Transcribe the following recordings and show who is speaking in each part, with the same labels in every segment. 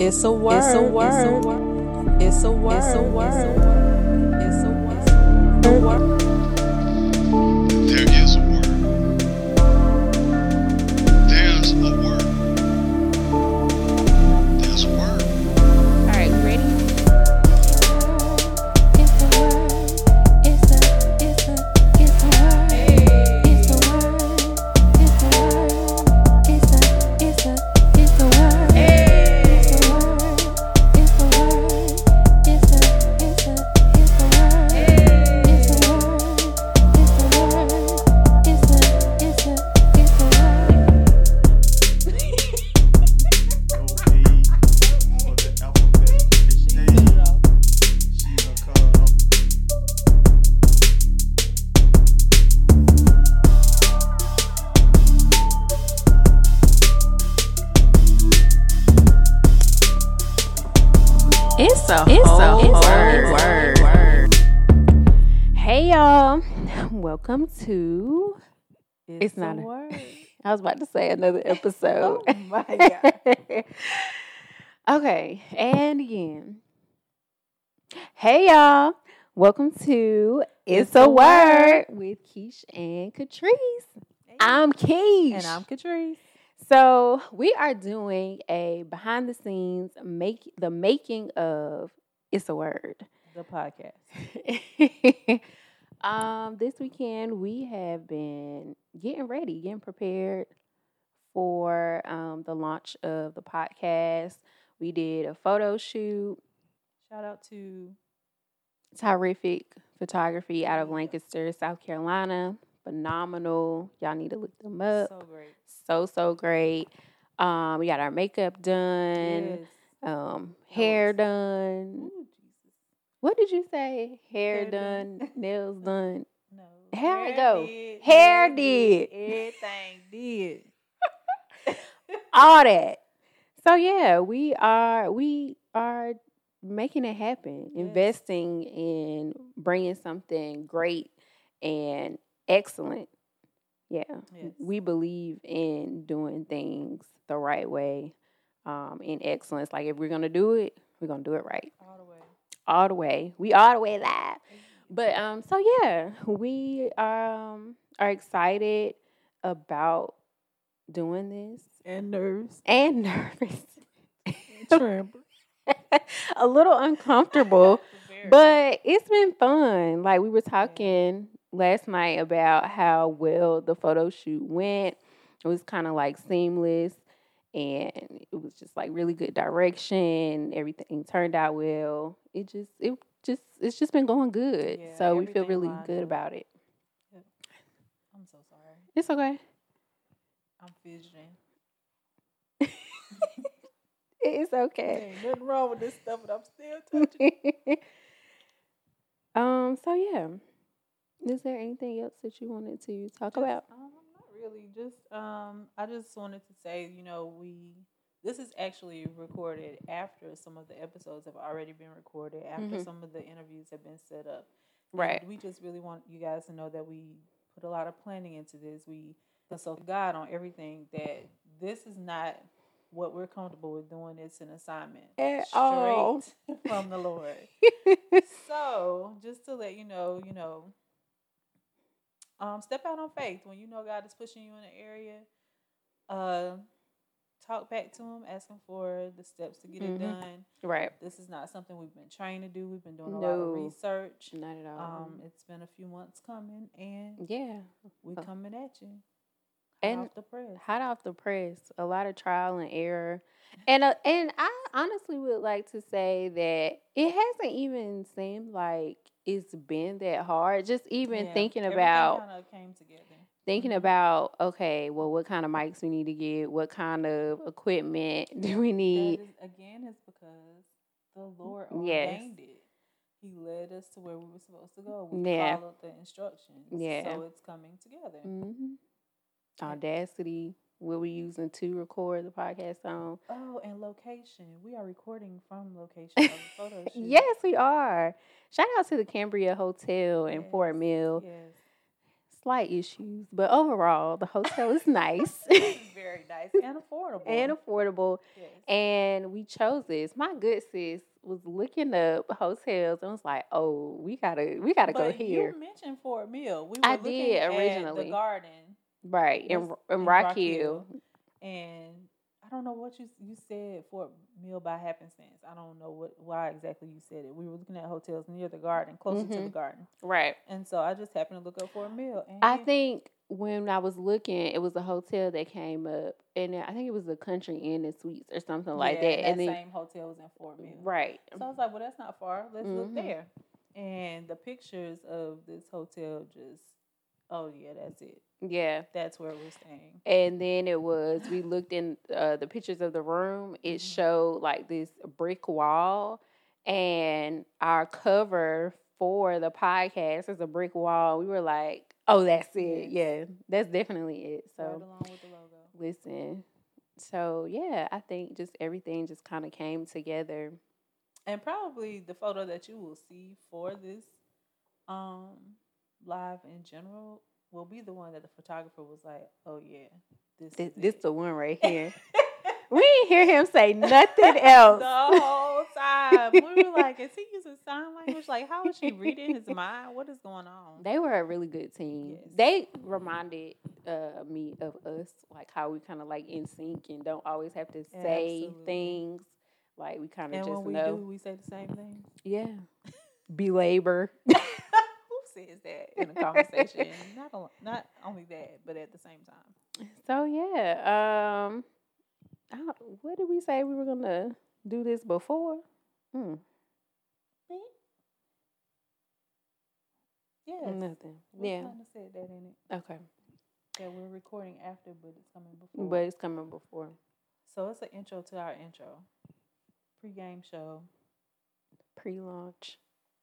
Speaker 1: It's a word. It's a word. It's a word. It's a word. It's a word. It's a word.
Speaker 2: There is a word. There's a word. There's a word.
Speaker 3: All right, we ready?
Speaker 1: It's a
Speaker 3: It's a
Speaker 1: whole
Speaker 3: whole
Speaker 1: word. word.
Speaker 3: Hey y'all, welcome to. It's not a-
Speaker 4: word.
Speaker 3: I was about to say another episode.
Speaker 4: Oh my god.
Speaker 3: okay, and again. Hey y'all, welcome to It's, a, Word with Keish and Catrice. I'm Keish.
Speaker 4: and I'm Catrice.
Speaker 3: So we are doing a behind the scenes make the making of It's a Word.
Speaker 4: The podcast.
Speaker 3: um, this weekend we have been getting ready, getting prepared for um, the launch of the podcast. We did a photo shoot,
Speaker 4: Shout out to
Speaker 3: terrific photography out of Lancaster, South Carolina. Phenomenal. Y'all need to look them
Speaker 1: Uh,
Speaker 3: up.
Speaker 4: so great.
Speaker 3: So, so, great. Um, we got our makeup
Speaker 4: Yes.
Speaker 3: done, um, hair
Speaker 4: was-
Speaker 3: done.
Speaker 4: Ooh, Jesus.
Speaker 3: What did you say? Hair,
Speaker 4: Hair
Speaker 3: done,
Speaker 4: done.
Speaker 3: nails done.
Speaker 4: No.
Speaker 3: Hair go.
Speaker 4: did,
Speaker 3: Hair
Speaker 4: nails
Speaker 3: did.
Speaker 4: Everything did.
Speaker 3: all that. So yeah, we are we are making it happen,
Speaker 4: Yes.
Speaker 3: investing in bringing something great and excellent. Yeah,
Speaker 4: Yes.
Speaker 3: we believe in doing things the right way, um, in excellence. Like if we're gonna do it, we're gonna do it right
Speaker 4: All the way.
Speaker 3: all the way. We all the way live. But um, so yeah, we um are excited about doing this
Speaker 4: And nerves.
Speaker 3: and nervous.
Speaker 4: Tremble.
Speaker 3: a little uncomfortable,
Speaker 4: Very.
Speaker 3: but it's been fun. Like we were talking last night about how well the photo shoot went. It was kind of like seamless and it was just like really good direction. Everything turned out well. It just it just it's just been going good.
Speaker 4: Yeah,
Speaker 3: so we feel
Speaker 4: everything
Speaker 3: really
Speaker 4: lined
Speaker 3: good
Speaker 4: up.
Speaker 3: about it.
Speaker 4: I'm so sorry.
Speaker 3: It's okay.
Speaker 4: I'm fidgeting.
Speaker 3: It's
Speaker 1: Eh.
Speaker 4: There
Speaker 3: okay.
Speaker 4: ain't nothing wrong with this stuff, but I'm still touching.
Speaker 3: um so yeah. Is there anything else that you wanted to talk
Speaker 4: Just,
Speaker 3: about?
Speaker 4: Um, not really. Just um, I just wanted to say, you know, we this is actually recorded after some of the episodes have already been recorded, after
Speaker 3: Mhm.
Speaker 4: some of the interviews have been set up. And
Speaker 3: Right.
Speaker 4: We just really want you guys to know that we put a lot of planning into this. We consult God on everything. That this is not what we're comfortable with doing. It's an assignment
Speaker 3: At all.
Speaker 4: straight from the Lord so just to let you know, you know, um, step out on faith when you know God is pushing you in an area. Uh, talk back to Him, ask Him for the steps to get
Speaker 3: Mhm.
Speaker 4: it done.
Speaker 3: right.
Speaker 4: This is not something we've been trained to do. We've been doing a lot
Speaker 3: No.
Speaker 4: of research.
Speaker 3: Not at all.
Speaker 4: Um, it's been a few months coming, and
Speaker 3: yeah,
Speaker 4: we
Speaker 3: Uh,
Speaker 4: coming at you. Hot
Speaker 3: and
Speaker 4: off the press.
Speaker 3: hot off the press, a lot of trial and error, and uh, and I honestly would like to say that it hasn't even seemed like it's been that hard. Just even
Speaker 4: Yeah,
Speaker 3: thinking
Speaker 4: everything
Speaker 3: about
Speaker 4: kinda came together.
Speaker 3: thinking
Speaker 4: Mhm.
Speaker 3: about okay, well, what kind of mics we need to get, what kind of equipment do we
Speaker 4: That
Speaker 3: need?
Speaker 4: is, again, is because the Lord
Speaker 3: Mm, Yes.
Speaker 4: ordained it. He led us to where we were supposed to go. We
Speaker 3: Yeah.
Speaker 4: followed the instructions.
Speaker 3: Yeah.
Speaker 4: So it's coming together.
Speaker 3: Mhm. Audacity. What we using to record the podcast on?
Speaker 4: Oh, and location. We are recording from location of the photo shoot.
Speaker 3: Yes, we are. Shout out to the Cambria Hotel in Fort
Speaker 4: Yes,
Speaker 3: Mill.
Speaker 4: Yes.
Speaker 3: slight issues, but overall, the hotel is nice
Speaker 4: Very nice and affordable.
Speaker 3: and affordable.
Speaker 4: Yes.
Speaker 3: And we chose this. My good sis was looking up hotels and was like, "Oh, we gotta, we gotta go
Speaker 4: But
Speaker 3: here,
Speaker 4: You mentioned for a meal. We were
Speaker 3: I
Speaker 4: looking
Speaker 3: did
Speaker 4: at
Speaker 3: originally.
Speaker 4: the garden,
Speaker 3: right?" In,
Speaker 4: was
Speaker 3: in
Speaker 4: in
Speaker 3: Rock
Speaker 4: Rock
Speaker 3: Hill,
Speaker 4: and I don't know what you you said for meal by happenstance. I don't know what why exactly you said it. We were looking at hotels near the garden, closer to the
Speaker 3: Mhm.
Speaker 4: garden,
Speaker 3: right?
Speaker 4: and so I just happened to look up for a meal. And
Speaker 3: I
Speaker 4: it-
Speaker 3: think when I was looking, it was a hotel that came up, and I think it was a Country Inn and Suites or something like
Speaker 4: yeah,
Speaker 3: that. And
Speaker 4: that
Speaker 3: then,
Speaker 4: same hotel was in Fort Mill.
Speaker 3: right,
Speaker 4: So I was like, well, that's not far. Let's
Speaker 3: Mhm.
Speaker 4: look there. And the pictures of this hotel just, oh yeah, that's it.
Speaker 3: yeah.
Speaker 4: That's where we're staying.
Speaker 3: And then it was we looked in uh, the pictures of the room. It
Speaker 4: Mhm.
Speaker 3: showed like this brick wall, and our cover for the podcast is a brick wall. We were like, "Oh, that's it. Yeah,
Speaker 4: Yes.
Speaker 3: that's definitely it." So.
Speaker 4: right along with the logo.
Speaker 3: Listen. So yeah, I think just everything just kind of came together.
Speaker 4: and probably the photo that you will see for this um live in general will be the one that the photographer was like, "Oh yeah, this
Speaker 3: This,
Speaker 4: is
Speaker 3: this
Speaker 4: it."
Speaker 3: the one right here. we didn't hear him say nothing else.
Speaker 4: The whole time we were like, "Is he using sign language? Like, how is she reading his mind? What is going on?"
Speaker 3: They were a really good team.
Speaker 4: Yes.
Speaker 3: They reminded uh, me of us, like how we kind of like in sync and don't always have to say
Speaker 4: Absolutely.
Speaker 3: things. Like we kind of
Speaker 4: and
Speaker 3: just
Speaker 4: when we
Speaker 3: know.
Speaker 4: do, we say the same thing.
Speaker 3: Yeah. Belabor.
Speaker 4: Who says that in a conversation? not al- not only that, but at the same time,
Speaker 3: So yeah, um, I, don't- what did we say we were gonna do this before? Hmm,
Speaker 4: yes,
Speaker 3: nothing.
Speaker 4: we
Speaker 3: yeah.
Speaker 4: kind of said that in it
Speaker 3: Okay.
Speaker 4: that we're recording after, but it's coming before.
Speaker 3: But it's coming before.
Speaker 4: So it's an intro to our intro. Pre-game show.
Speaker 3: Pre-launch.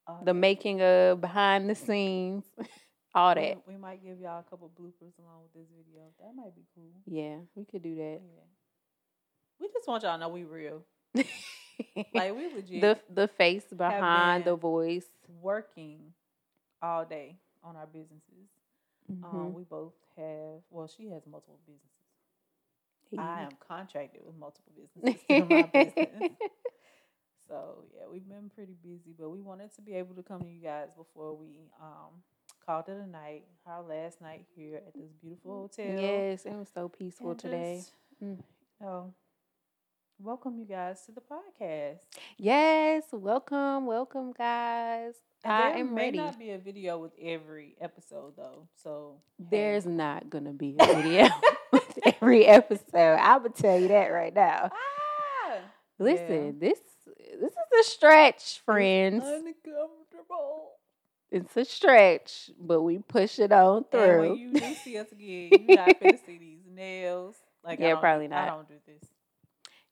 Speaker 4: all
Speaker 3: The
Speaker 4: that.
Speaker 3: making of behind the scenes. all that.
Speaker 4: We, we might give y'all a couple bloopers along with this video. That might be cool.
Speaker 3: Yeah, we could do
Speaker 4: Yeah.
Speaker 3: that.
Speaker 4: We just want y'all to know we real. Like we legit
Speaker 3: the the face behind the
Speaker 4: been-
Speaker 3: voice.
Speaker 4: working all day on our businesses.
Speaker 3: Mhm.
Speaker 4: Um, we both have. Well, she has multiple businesses. I
Speaker 3: Yeah.
Speaker 4: am contracted with multiple businesses. to run my business. So yeah, we've been pretty busy, but we wanted to be able to come to you guys before we um called it a night. Our last night here at this beautiful hotel.
Speaker 3: yes, it was so peaceful
Speaker 4: and
Speaker 3: today.
Speaker 4: just,
Speaker 3: Mm.
Speaker 4: you know, welcome you guys to the podcast.
Speaker 3: Yes, welcome, welcome, guys.
Speaker 4: And
Speaker 3: I
Speaker 4: there
Speaker 3: am
Speaker 4: may
Speaker 3: ready.
Speaker 4: not be a video with every episode though, so hey,
Speaker 3: There's not gonna be a video with every episode. I would tell you that right now.
Speaker 4: ah,
Speaker 3: Listen, this this is a stretch, friends.
Speaker 4: uncomfortable.
Speaker 3: It's a stretch, but we push it on
Speaker 4: And when
Speaker 3: through.
Speaker 4: you do see us again, you're not gonna see these nails. Like I
Speaker 3: Yeah,
Speaker 4: don't do-
Speaker 3: probably not.
Speaker 4: I don't do this.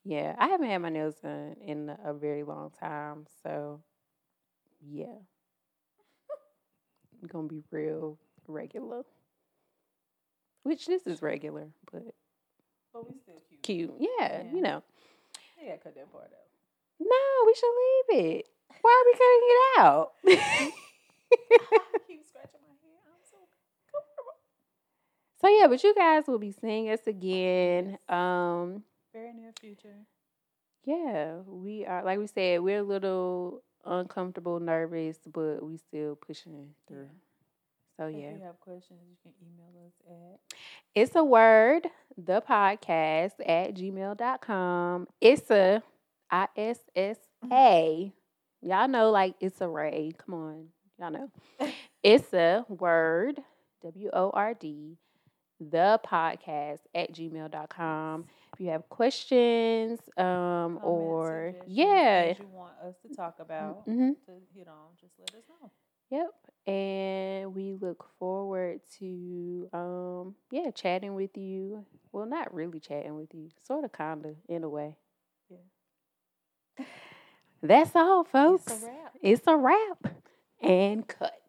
Speaker 3: yeah, I haven't had my nails done in a very long time, so yeah, I'm gonna be real regular. Which this is regular, but
Speaker 4: But we still cute.
Speaker 3: cute. Yeah, you
Speaker 4: Yeah.
Speaker 3: know.
Speaker 4: Yeah, cut that part out.
Speaker 3: No, we should leave it. Why are we cutting it out?
Speaker 4: I keep scratching my head. I'm so comfortable.
Speaker 3: So yeah, but you guys will be seeing us again. Um,
Speaker 4: Very near future.
Speaker 3: yeah, we are like we said, we're a little uncomfortable, nervous, but we still pushing through. So Oh, yeah.
Speaker 4: If you have questions, you can email us at
Speaker 3: It's a word, the podcast at gmail.com. It's a I S S A. Y'all know, like, it's a ray. Come on. Y'all know. it's a word, W O R D, the podcast at gmail.com. If you have questions um,
Speaker 4: comments,
Speaker 3: or,
Speaker 4: suggestions,
Speaker 3: yeah.
Speaker 4: things you want us to talk about
Speaker 3: Mhm.
Speaker 4: to hit on, just let us know.
Speaker 3: Yep. And we look forward to um yeah, chatting with you. Well, not really chatting with you. Sort of kinda in a way.
Speaker 4: Yeah.
Speaker 3: That's all, folks.
Speaker 4: It's a wrap.
Speaker 3: It's a wrap. And cut.